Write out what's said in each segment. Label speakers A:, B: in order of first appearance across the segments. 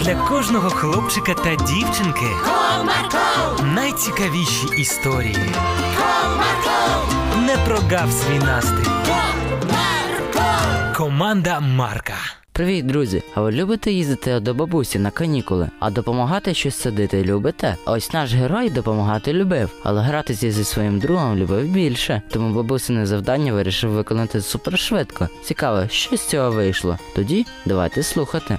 A: для кожного хлопчика та дівчинки
B: Comarco,
A: найцікавіші історії.
B: Comarco,
A: Не прогав свій настрій.
B: Comarco.
A: Команда Марка.
C: Привіт, друзі! А ви любите їздити до бабусі на канікули, а допомагати щось садити любите? А Ось наш герой допомагати любив, але гратися зі своїм другом любив більше, тому бабусине завдання вирішив виконати супершвидко. Цікаво, що з цього вийшло. Тоді давайте слухати.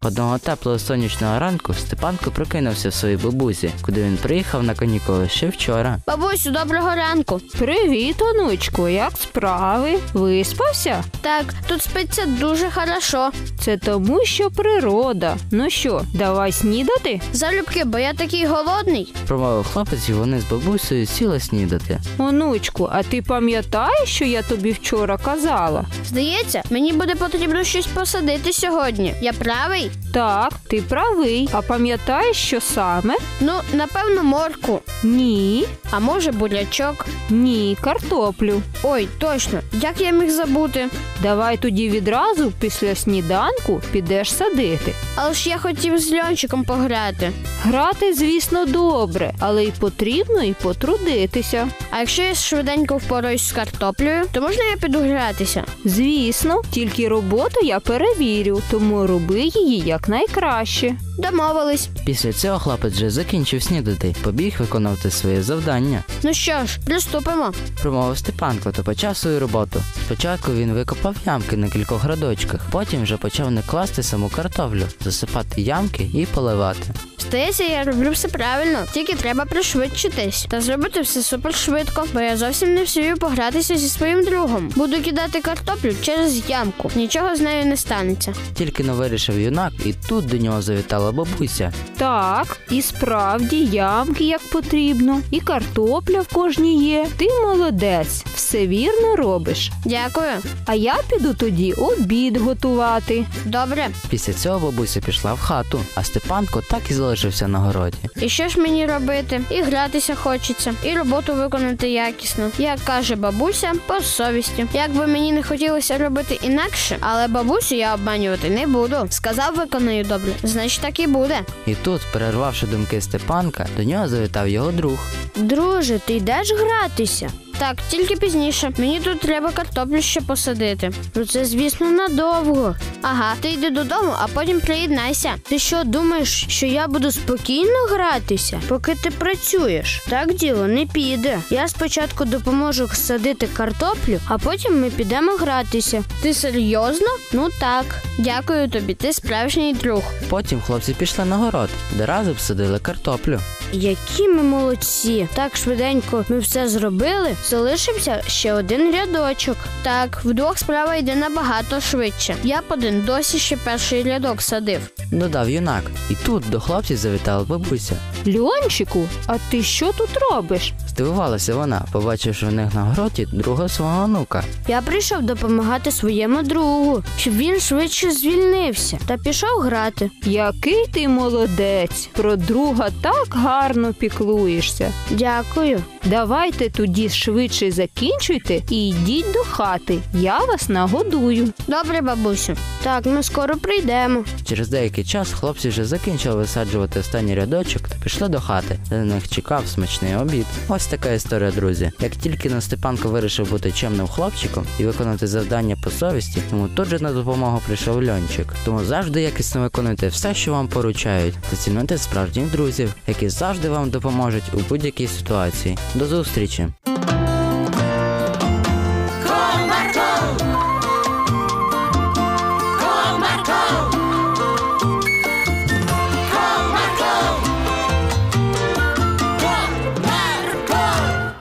C: Одного теплого сонячного ранку Степанко прокинувся в своїй бабусі, куди він приїхав на канікули ще вчора.
D: Бабусю, доброго ранку.
E: Привіт, онучко, як справи? Виспався?
D: Так, тут спиться дуже хорошо.
E: Це тому, що природа. Ну що, давай снідати?
D: Залюбки, бо я такий голодний.
C: Промовив хлопець, і вони з бабусею сіли снідати.
E: Онучку, а ти пам'ятаєш, що я тобі вчора казала?
D: Здається, мені буде потрібно щось посадити сьогодні. Я правий?
E: Так, ти правий. А пам'ятаєш, що саме?
D: Ну, напевно, морку.
E: Ні,
D: А може, бурячок?
E: ні, картоплю.
D: Ой, точно, як я міг забути?
E: Давай тоді відразу після сніданку підеш садити.
D: Але ж я хотів з льончиком пограти.
E: Грати, звісно, добре, але й потрібно і потрудитися.
D: А якщо я швиденько впораюсь з картоплею, то можна я піду гратися?
E: Звісно, тільки роботу я перевірю, тому роби її якнайкраще.
D: Домовились.
C: Після цього хлопець вже закінчив снідати, побіг виконувати своє завдання.
D: Ну що ж, приступимо.
C: Промовив Степанко та почав свою роботу. Спочатку він викопав ямки на кількох радочках, потім вже почав не класти саму картоплю, засипати ямки і поливати.
D: Здається, я роблю все правильно, тільки треба пришвидшитись та зробити все супер швидко, бо я зовсім не всію погратися зі своїм другом. Буду кидати картоплю через ямку. Нічого з нею не станеться.
C: Тільки но вирішив юнак, і тут до нього завітала бабуся.
E: Так, і справді ямки як потрібно, і картопля в кожній є. Ти молодець, все вірно робиш.
D: Дякую.
E: А я піду тоді обід готувати.
D: Добре.
C: Після цього бабуся пішла в хату, а Степанко так і залишився на городі.
D: І що ж мені робити? І гратися хочеться, і роботу виконати якісно. Як каже бабуся, по совісті. Як би мені не хотілося робити інакше, але бабусю я обманювати не буду. Сказав, виконую добре, значить так і буде.
C: І тут, перервавши думки Степанка, до нього завітав його друг.
D: Друже, ти йдеш гратися? Так, тільки пізніше. Мені тут треба картоплю ще посадити. Ну це, звісно, надовго. Ага, ти йди додому, а потім приєднайся. Ти що думаєш, що я буду спокійно гратися, поки ти працюєш? Так діло не піде. Я спочатку допоможу садити картоплю, а потім ми підемо гратися. Ти серйозно? Ну так. Дякую тобі, ти справжній друг.
C: Потім хлопці пішли на город, де разом садили картоплю.
D: Які ми молодці! Так швиденько ми все зробили. Залишився ще один рядочок. Так, вдвох справа йде набагато швидше. Я б один досі ще перший рядок садив.
C: Додав юнак, і тут до хлопців завітала бабуся.
E: Льончику, а ти що тут робиш?
C: Здивувалася вона, побачивши в них на гроті друга свого онука.
D: Я прийшов допомагати своєму другу, щоб він швидше звільнився та пішов грати.
E: Який ти молодець! Про друга так гарно піклуєшся.
D: Дякую.
E: Давайте тоді швидше закінчуйте і йдіть до хати. Я вас нагодую.
D: Добре, бабусю. Так, ми скоро прийдемо.
C: Через деякий час хлопці вже закінчили висаджувати останній рядочок та пішли до хати, де на них чекав смачний обід. Ось така історія, друзі. Як тільки на Степанко вирішив бути чемним хлопчиком і виконати завдання по совісті, тому тут же на допомогу прийшов льончик. Тому завжди якісно виконуйте все, що вам поручають, та цінуйте справжніх друзів, які завжди вам допоможуть у будь-якій ситуації. До зустрічі!